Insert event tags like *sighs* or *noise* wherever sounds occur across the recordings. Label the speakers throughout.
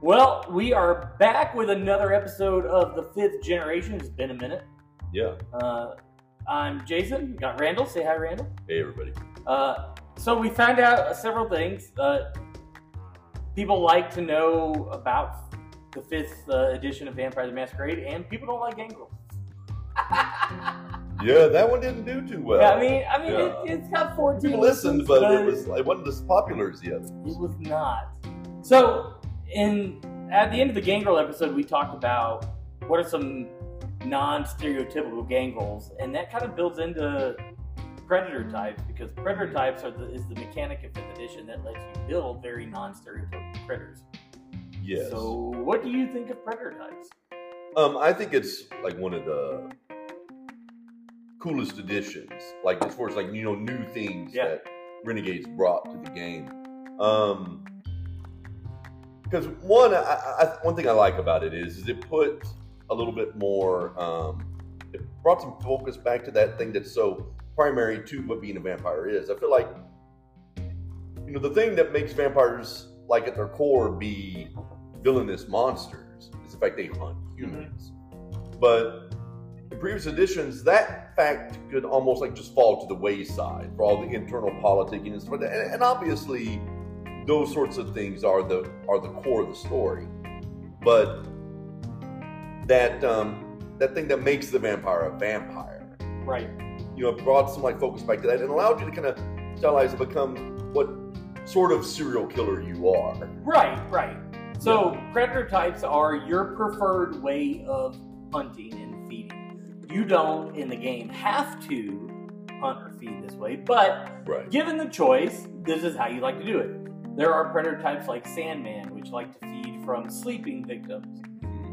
Speaker 1: Well, we are back with another episode of The Fifth Generation. It's been a minute.
Speaker 2: Yeah.
Speaker 1: Uh, I'm Jason. We Got Randall. Say hi, Randall.
Speaker 2: Hey, everybody.
Speaker 1: Uh, so we found out several things. Uh, people like to know about the fifth uh, edition of Vampire the Masquerade, and people don't like gangrels.
Speaker 2: Yeah, that one didn't do too well.
Speaker 1: yeah, I mean, I mean,
Speaker 2: yeah.
Speaker 1: it, it's got 14
Speaker 2: we listened, but it
Speaker 1: but-
Speaker 2: was it wasn't as popular as the others.
Speaker 1: It was not. So, in at the end of the gangrel episode, we talked about what are some non-stereotypical gangrels, and that kind of builds into predator types because predator types are the, is the mechanic of fifth edition that lets you build very non-stereotypical critters.
Speaker 2: Yes.
Speaker 1: So, what do you think of predator types?
Speaker 2: Um, I think it's like one of the coolest additions, like as far as like you know new things
Speaker 1: Yeah.
Speaker 2: that Renegades brought to the game. Um, because one, I, I, I- one thing I like about it is, is it put a little bit more, um, it brought some focus back to that thing that's so primary to what being a vampire is. I feel like, you know, the thing that makes vampires like at their core be villainous monsters is the fact they hunt humans. But in previous editions, that fact could almost like just fall to the wayside for all the internal politicking and stuff like that. And, and obviously, those sorts of things are the are the core of the story. But that um, that thing that makes the vampire a vampire
Speaker 1: Right.
Speaker 2: you know, brought some like focus back to that and allowed you to kind of stylize and become what sort of serial killer you are.
Speaker 1: Right. Right. So, predator types are your preferred way of hunting and feeding. You don't in the game have to hunt or feed this way, but
Speaker 2: Right.
Speaker 1: Given the choice, this is how you like to do it. There are predator types like Sandman, which like to feed from sleeping victims.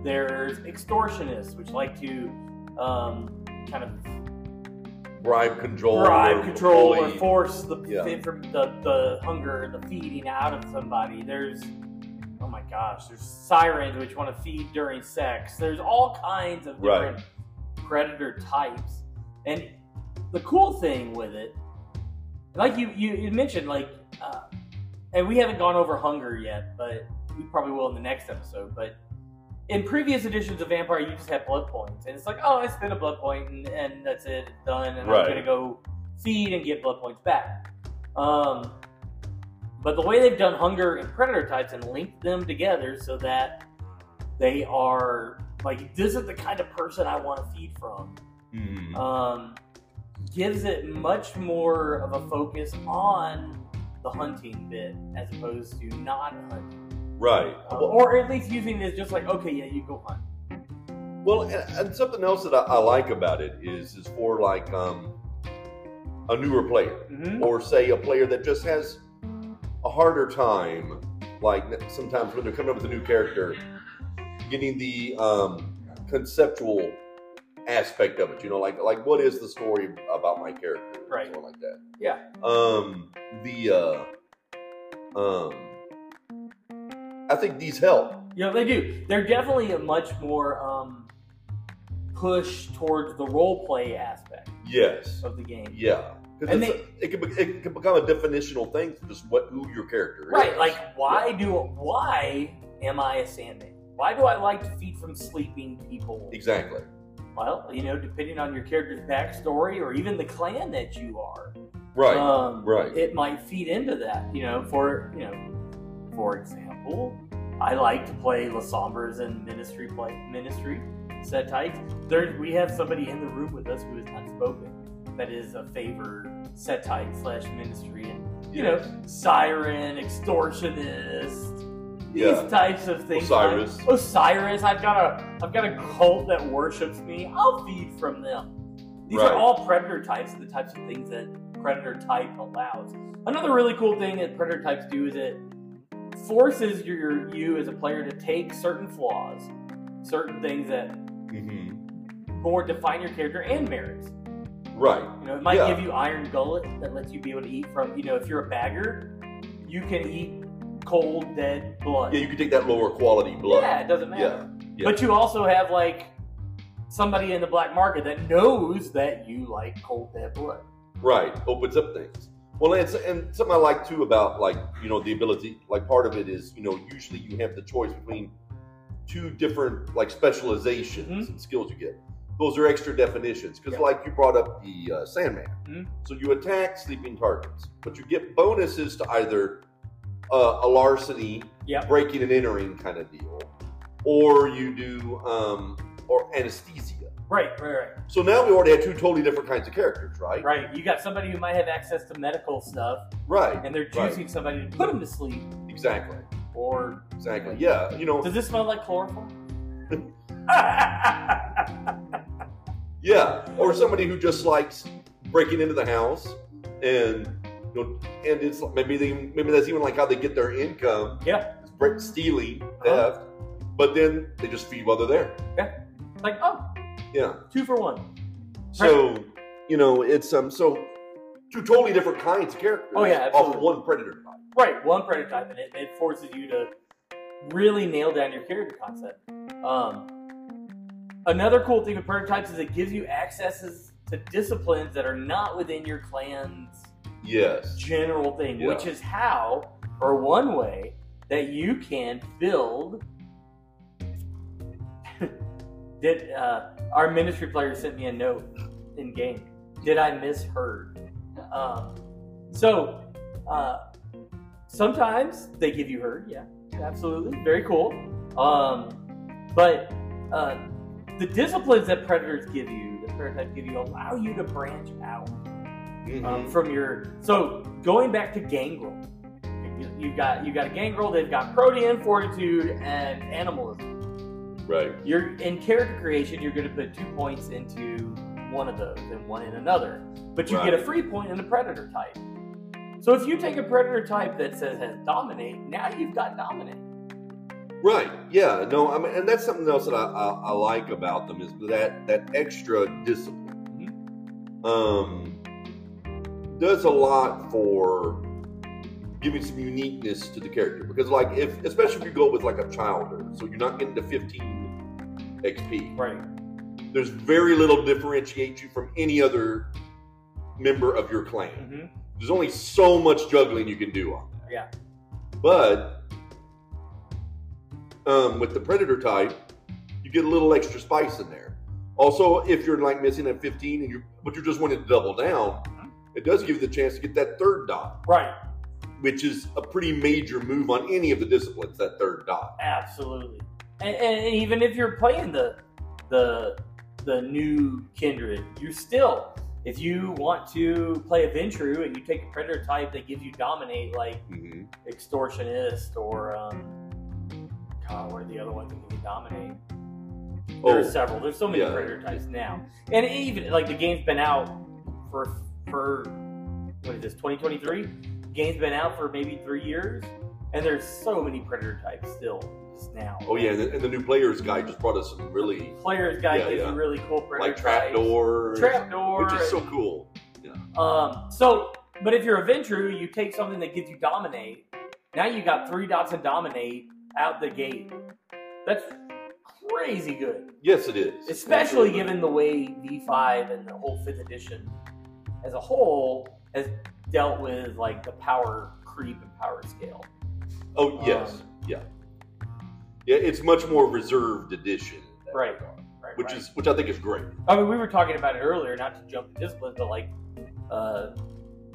Speaker 1: There's extortionists, which like to um, kind of
Speaker 2: Bribe control.
Speaker 1: bribe,
Speaker 2: or
Speaker 1: control, or
Speaker 2: bully.
Speaker 1: force the,
Speaker 2: Yeah.
Speaker 1: the, the, the hunger, the feeding out of somebody. There's, oh my gosh, there's sirens, which want to feed during sex. There's all kinds of
Speaker 2: Right.
Speaker 1: different predator types. And the cool thing with it, like you you, you mentioned, like, uh, and we haven't gone over hunger yet, but we probably will in the next episode. But in previous editions of Vampire, you just had blood points, and it's like, oh, I spent a blood point, and, and that's it, it's done, and I'm
Speaker 2: Right.
Speaker 1: gonna go feed and get blood points back. Um, but the way they've done hunger and predator types and linked them together so that they are like this is the kind of person I want to feed from
Speaker 2: Mhm.
Speaker 1: um, gives it much more of a focus on the hunting bit as opposed to not hunting,
Speaker 2: Right.
Speaker 1: Um,
Speaker 2: Well,
Speaker 1: or at least using it as just like okay, yeah, you go hunt.
Speaker 2: Well, and, and something else that I, I like about it is is for like um, a newer player,
Speaker 1: Mm-hmm.
Speaker 2: or say a player that just has a harder time, like sometimes when they're coming up with a new character, getting the um, conceptual aspect of it. You know, like like what is the story about my character, or
Speaker 1: Right.
Speaker 2: Something like that.
Speaker 1: Yeah.
Speaker 2: Um. The uh, um. I think these help.
Speaker 1: You know they do. They're definitely a much more um, push towards the role play aspect
Speaker 2: Yes.
Speaker 1: of the game.
Speaker 2: Yeah, because
Speaker 1: And
Speaker 2: it can be, it can become a definitional thing for just what who your character
Speaker 1: Right,
Speaker 2: is.
Speaker 1: like why do why am I a sandman? Why do I like to feed from sleeping people?
Speaker 2: exactly.
Speaker 1: Well, you know, depending on your character's backstory or even the clan that you are,
Speaker 2: Right.
Speaker 1: um,
Speaker 2: right.
Speaker 1: it might feed into that. You know, for you know, for example, I like to play Lasombras and Ministry play Ministry set types. There, we have somebody in the room with us who is not spoken. That is a favor set type slash Ministry and you know, siren, extortionist,
Speaker 2: yeah.
Speaker 1: these types of things.
Speaker 2: Osiris.
Speaker 1: Like, Osiris. I've got a I've got a cult that worships me. I'll feed from them. These
Speaker 2: Right.
Speaker 1: are all predator types, the types of things that predator type allows. Another really cool thing that predator types do is it forces your you as a player to take certain flaws, certain things that
Speaker 2: Mhm.
Speaker 1: more define your character and merits.
Speaker 2: Right.
Speaker 1: You know, it might
Speaker 2: Yeah.
Speaker 1: give you iron gullet that lets you be able to eat from. You know, if you're a bagger, you can eat cold dead blood.
Speaker 2: Yeah, you can take that lower quality blood.
Speaker 1: Yeah, it doesn't matter.
Speaker 2: Yeah. yeah.
Speaker 1: But you also have like somebody in the black market that knows that you like cold dead blood.
Speaker 2: Right. Opens up things. Well, and, and something I like too about like you know the ability, like part of it is you know usually you have the choice between two different like specializations
Speaker 1: Mhm.
Speaker 2: and skills you get. Those are extra definitions because
Speaker 1: Yeah.
Speaker 2: like you brought up the uh, Sandman,
Speaker 1: Mhm.
Speaker 2: so you attack sleeping targets, but you get bonuses to either uh, a larceny,
Speaker 1: Yep.
Speaker 2: breaking and entering kind of deal, or you do um, or anesthesia.
Speaker 1: Right, right, right.
Speaker 2: So now we already had two totally different kinds of characters, right?
Speaker 1: Right. You got somebody who might have access to medical stuff,
Speaker 2: Right.
Speaker 1: and they're
Speaker 2: Right.
Speaker 1: juicing somebody to put them to sleep.
Speaker 2: Exactly.
Speaker 1: Or
Speaker 2: Exactly. Yeah. You know.
Speaker 1: does this smell like
Speaker 2: *laughs*
Speaker 1: chloroform?
Speaker 2: Yeah, or somebody who just likes breaking into the house, and you know, and it's like- maybe they maybe that's even like how they get their income.
Speaker 1: Yeah.
Speaker 2: it's break, stealing,
Speaker 1: Uh-huh.
Speaker 2: theft, but then they just feed while they're there.
Speaker 1: like, oh,
Speaker 2: Yeah,
Speaker 1: two for one.
Speaker 2: so you know it's um so two totally different kinds of characters.
Speaker 1: Oh, yeah,
Speaker 2: off
Speaker 1: absolutely.
Speaker 2: of one predator. type.
Speaker 1: Right, one prototype, and it, it forces you to really nail down your character concept. Um, another cool thing with prototypes is it gives you accesses to disciplines that are not within your clan's
Speaker 2: Yes,
Speaker 1: general thing,
Speaker 2: Yeah.
Speaker 1: which is how, or one way, that you can build. *laughs* Did uh, our ministry player sent me a note in game? Did I misheard? Um, so uh, sometimes they give you heard, yeah, absolutely, very cool. Um, but uh, the disciplines that predators give you, that prototypes give you, allow you to branch out um,
Speaker 2: Mhm.
Speaker 1: from your. So going back to Gangrel, you, you got you got a Gangrel. They've got protean, fortitude, and animalism.
Speaker 2: right.
Speaker 1: You're in character creation. You're going to put two points into one of those and one in another, but you
Speaker 2: Right.
Speaker 1: get a free point in the predator type. So if you take a predator type that says has dominate, now you've got dominate.
Speaker 2: Right. Yeah. No. I mean, and that's something else that I, I, I like about them is that that extra discipline um, does a lot for giving some uniqueness to the character because, like, if especially if you go with like a childer, so you're not getting to 15 XP.
Speaker 1: Right.
Speaker 2: There's very little to differentiate you from any other member of your clan
Speaker 1: hmm
Speaker 2: there's only so much juggling you can do on that.
Speaker 1: Yeah.
Speaker 2: But um, with the predator type, you get a little extra spice in there. Also, if you're like missing at 15 and you are but you're just wanting to double down,
Speaker 1: Mm-hmm.
Speaker 2: it does give you the chance to get that third dot,
Speaker 1: Right.
Speaker 2: which is a pretty major move on any of the disciplines. That third dot.
Speaker 1: Absolutely. And, and, and even if you're playing the the the new kindred, you're still if you want to play a Ventru and you take a predator type that gives you dominate like
Speaker 2: Mm-hmm.
Speaker 1: extortionist or um God, what are the other ones that give you dominate? There are
Speaker 2: Oh,
Speaker 1: several. There's so many
Speaker 2: yeah.
Speaker 1: predator types now. And even like the game's been out for for what is this, 2023? Game's been out for maybe three years, and there's so many predator types still just now.
Speaker 2: oh yeah, and the, and the new players guy just brought us some really
Speaker 1: Player's guide
Speaker 2: Yeah,
Speaker 1: gives
Speaker 2: yeah.
Speaker 1: you really cool predator
Speaker 2: like trapdoor,
Speaker 1: types. Trapdoor.
Speaker 2: which is so cool.
Speaker 1: um, so, but if you're a Ventru, you take something that gives you dominate. Now you got three dots and dominate out the gate. That's crazy good.
Speaker 2: Yes, it is.
Speaker 1: especially
Speaker 2: Absolutely.
Speaker 1: given the way V5 and the whole fifth edition as a whole has dealt with like the power creep and power scale.
Speaker 2: Oh yes,
Speaker 1: Um,
Speaker 2: yeah, yeah. It's much more reserved edition, in that
Speaker 1: Right,
Speaker 2: regard,
Speaker 1: Right,
Speaker 2: Which
Speaker 1: right.
Speaker 2: is which I think is great.
Speaker 1: I mean, we were talking about it earlier, not to jump to disciplines, but like uh,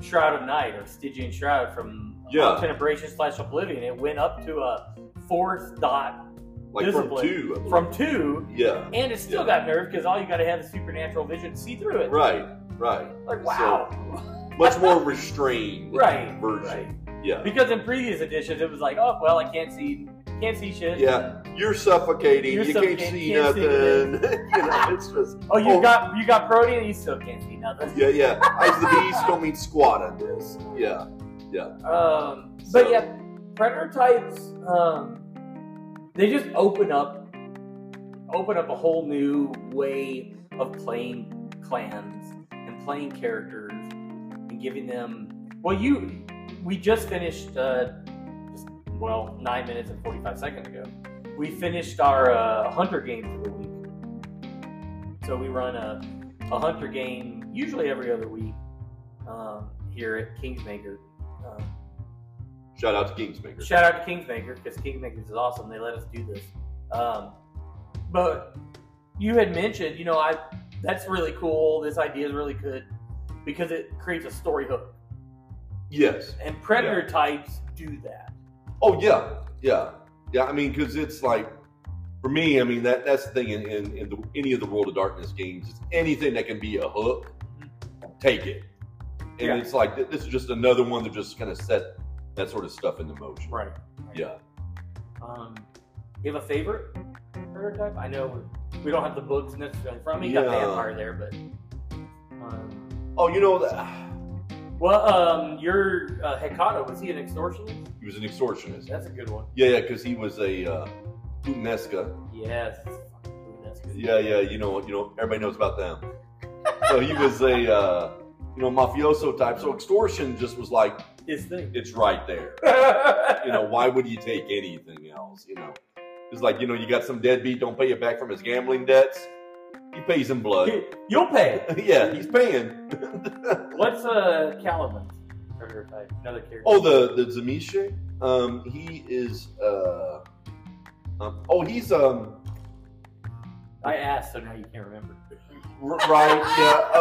Speaker 1: Shroud of Night or Stygian Shroud from
Speaker 2: Yeah.
Speaker 1: Tenebration slash Oblivion. It went up to a fourth dot
Speaker 2: Like
Speaker 1: Discipline.
Speaker 2: from two, I believe.
Speaker 1: from two,
Speaker 2: yeah,
Speaker 1: and it still got nerfed because all you got to have is supernatural vision to see through it.
Speaker 2: right, right.
Speaker 1: Like, wow.
Speaker 2: Much more
Speaker 1: *laughs*
Speaker 2: restrained,
Speaker 1: right. Right.
Speaker 2: Version, yeah,
Speaker 1: Because in previous editions, it was like, oh well, I can't see, can't see shit.
Speaker 2: yeah. You're suffocating.
Speaker 1: You're
Speaker 2: you
Speaker 1: suffocating,
Speaker 2: can't see
Speaker 1: can't see
Speaker 2: nothing. *laughs* you know, it's just
Speaker 1: Oh, you
Speaker 2: Oh.
Speaker 1: got you got protein, and you still can't see nothing.
Speaker 2: yeah, yeah. Eyes of the beast don't mean squat on this. Yeah,
Speaker 1: Um,
Speaker 2: So-
Speaker 1: but yeah, predator types, um, they just open up, open up a whole new way of playing clans and playing characters and giving them. Well, you, we just finished, uh, just, well, nine minutes and forty-five seconds ago. We finished our uh, hunter game for the week. So we run a, a hunter game usually every other week, um, here at Kingsmaker. Um,
Speaker 2: Shout out to Kingsmaker.
Speaker 1: Shout out to Kingmaker because Kingmakers is awesome. They let us do this. Um, but you had mentioned, you know, I that's really cool. This idea is really good because it creates a story hook,
Speaker 2: yes.
Speaker 1: and predator types do that.
Speaker 2: Oh yeah, yeah, yeah. I mean, because it's like for me, I mean that that's the thing in, in, in the, any of the World of Darkness games is anything that can be a hook, take it. And
Speaker 1: Yeah.
Speaker 2: it's like th- this is just another one that just kind of set that sort of stuff into motion.
Speaker 1: Right.
Speaker 2: Yeah.
Speaker 1: Um, you have a favorite predator type? I know we're, we don't have the books necessarily in front of me. Got
Speaker 2: Yeah.
Speaker 1: vampire there, but. Um,
Speaker 2: Oh, you know that
Speaker 1: well, um, your uh, Hecata was he an extortionist?
Speaker 2: *sighs* he was an extortionist.
Speaker 1: That's a good one.
Speaker 2: Yeah, yeah, because he was a uh, Putin-esca.
Speaker 1: Yes. Fucking That's good.
Speaker 2: Yeah, yeah, you know, you know, everybody knows about them. so he was a uh, you know mafioso type. So extortion just was like
Speaker 1: His thing.
Speaker 2: it's right there. *laughs* you know, why would you take anything else? You know, it's like, you know, you got some deadbeat, don't pay you back from his gambling debts. He pays
Speaker 1: *laughs*
Speaker 2: in blood. *laughs*
Speaker 1: You'll pay.
Speaker 2: yeah, he's paying.
Speaker 1: What's uh Caliban's predator type? Another character.
Speaker 2: Oh, the the Zamisha, um, he is. Uh, um, oh, he's um
Speaker 1: I asked, so now you can't remember.
Speaker 2: r- right yeah,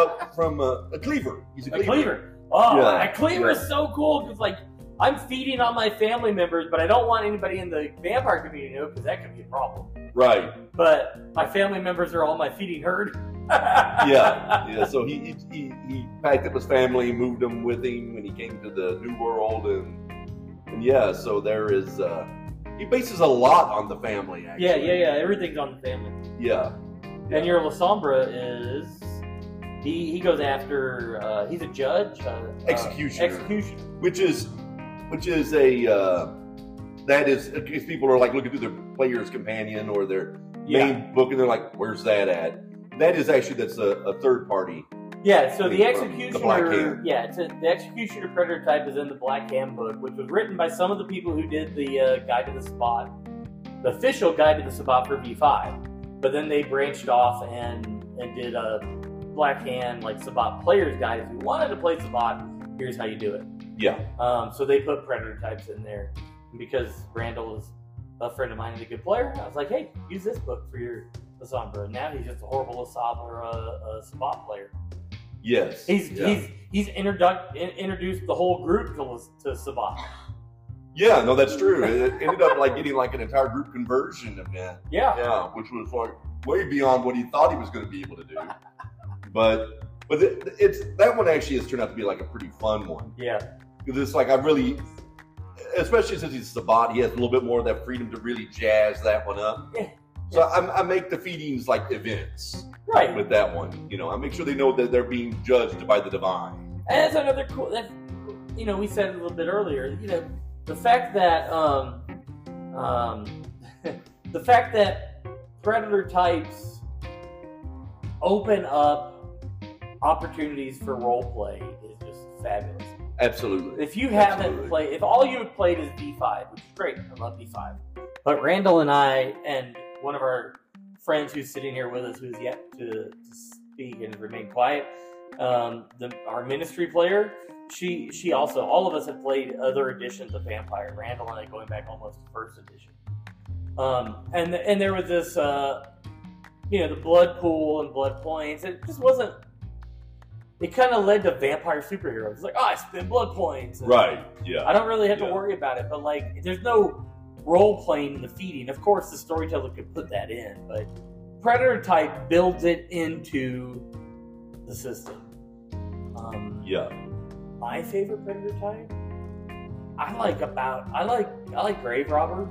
Speaker 1: *laughs*
Speaker 2: up from uh, a cleaver. He's a
Speaker 1: A
Speaker 2: cleaver.
Speaker 1: cleaver. Oh,
Speaker 2: Yeah.
Speaker 1: a cleaver is so cool because like I'm feeding on my family members, but I don't want anybody in the vampire community to know because that could be a problem.
Speaker 2: Right.
Speaker 1: But my family members are all my feeding herd.
Speaker 2: *laughs* Yeah. Yeah.
Speaker 1: *laughs*
Speaker 2: So he he, he he packed up his family, moved them with him when he came to the new world, and and yeah. So there is. Uh, he bases a lot on the family. Actually.
Speaker 1: Yeah, yeah, yeah. Everything's on the family. Uh,
Speaker 2: Yeah.
Speaker 1: And your Lasombra is he, he goes after uh, he's a judge, uh,
Speaker 2: Executioner.
Speaker 1: uh, executioner.
Speaker 2: Which is which is a uh, that is if people are like looking through their player's companion or their
Speaker 1: Yeah,
Speaker 2: main book and they're like, where's that at? That is actually that's a, a third party.
Speaker 1: yeah. So the
Speaker 2: From the Black
Speaker 1: executioner,
Speaker 2: Hand.
Speaker 1: yeah, it's a, the executioner predator type is in the Black Handbook, which was written by some of the people who did the uh, Guide to the Spot, the official Guide to the Spot for V five. But then they branched off and and did a Black Hand like Sabat players guide. If you wanted to play Sabat, here's how you do it.
Speaker 2: Yeah.
Speaker 1: Um, so they put predator types in there And because Randall is a friend of mine and a good player. I was like, hey, use this book for your Lasombra. And Now he's just a horrible Lasombra uh, spot player.
Speaker 2: Yes.
Speaker 1: He's
Speaker 2: yeah.
Speaker 1: he's he's introduc- in- introduced the whole group to Las- to Sabat.
Speaker 2: yeah, no, that's true. It ended up like getting like an entire group conversion of that.
Speaker 1: Yeah.
Speaker 2: Yeah, which was like way beyond what he thought he was going to be able to do. But but it, it's that one actually has turned out to be like a pretty fun one
Speaker 1: Yeah.
Speaker 2: because it's like I really, especially since he's Sabat, he has a little bit more of that freedom to really jazz that one up.
Speaker 1: Yeah.
Speaker 2: So I, I make the feedings like events
Speaker 1: Right.
Speaker 2: with that one. You know, I make sure they know that they're being judged by the divine.
Speaker 1: And that's another cool. That's you know we said a little bit earlier. You know the fact that um, um, *laughs* the fact that predator types open up opportunities for role play is just fabulous.
Speaker 2: Absolutely.
Speaker 1: If you haven't
Speaker 2: Absolutely.
Speaker 1: played, if all you have played is D5, which is great, I love D5. But Randall and I, and one of our friends who's sitting here with us, who's yet to, to speak and remain quiet, um, the, our ministry player, she she also, all of us have played other editions of Vampire. Randall and I going back almost to first edition. Um, and and there was this, uh, you know, the blood pool and blood points. It just wasn't. It kind of led to vampire superheroes. It's like, oh, I spend blood points. and-
Speaker 2: Right. Yeah.
Speaker 1: I don't really have to
Speaker 2: Yeah.
Speaker 1: worry about it, but like, there's no role playing in the feeding. Of course, the storyteller could put that in, but Predator type builds it into the system. Um,
Speaker 2: Yeah.
Speaker 1: My favorite Predator type, I like about I like I like Grave Robber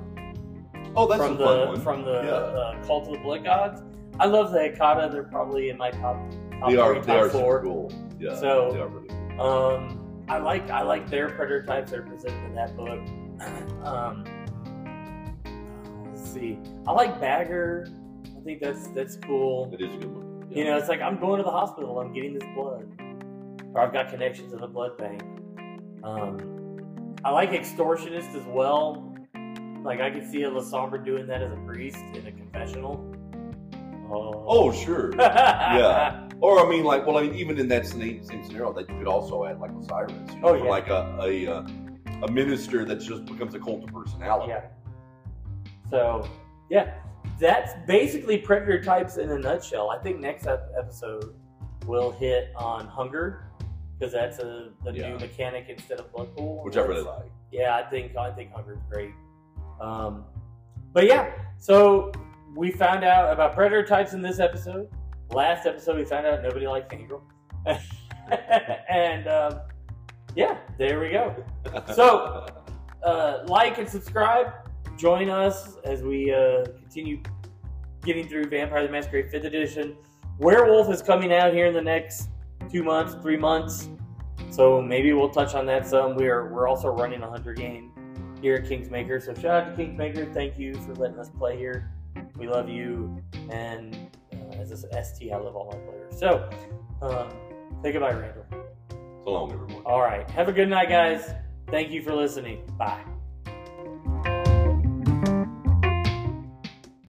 Speaker 2: Oh, that's
Speaker 1: from
Speaker 2: a fun
Speaker 1: the
Speaker 2: one.
Speaker 1: from the
Speaker 2: Yeah.
Speaker 1: uh, Cult of the Blood Gods. I love the Hecata. They're probably in my top. top
Speaker 2: they
Speaker 1: three,
Speaker 2: are. They
Speaker 1: top
Speaker 2: are
Speaker 1: four.
Speaker 2: super cool. Yeah.
Speaker 1: So-
Speaker 2: they are really cool.
Speaker 1: Um, I like I like their predator types that are presented in that book. *laughs* um, let's see. I like Bagger. I think that's that's cool.
Speaker 2: It is a good one.
Speaker 1: You know, it's like I'm going to the hospital. I'm getting this blood, or I've got connections in the blood bank. Um, I like extortionist as well. Like I could see a Lasombra doing that as a priest in a confessional.
Speaker 2: Oh, sure.
Speaker 1: *laughs*
Speaker 2: *laughs*
Speaker 1: yeah.
Speaker 2: Or I mean, like, well, I mean, even in that same, same scenario, that you could also add like Osiris, you know,
Speaker 1: Oh,
Speaker 2: for
Speaker 1: yeah.
Speaker 2: like a, a uh, a minister that just becomes a cult of personality.
Speaker 1: Yeah. So, yeah, that's basically predator types in a nutshell. I think next ep- episode we'll hit on hunger because that's a the
Speaker 2: Yeah.
Speaker 1: new mechanic instead of blood pool,
Speaker 2: which I really like.
Speaker 1: Yeah, I think I think hunger's great. Um, but yeah, so we found out about predator types in this episode. Last episode, we found out nobody likes Ingram, *laughs* and um, yeah, there we go So- uh, like and subscribe. Join us as we uh, continue getting through Vampire the Masquerade 5th Edition. Werewolf is coming out here in the next two months, three months. So maybe we'll touch on that some. We are we're also running a hunter game here at Kingsmaker. So shout out to Kingsmaker. Thank you for letting us play here. We love you. And uh, as a ST, I love all my players. So uh, say goodbye, Randall.
Speaker 2: so long, everyone.
Speaker 1: All right. Have a good night, guys. Thank you for listening. Bye.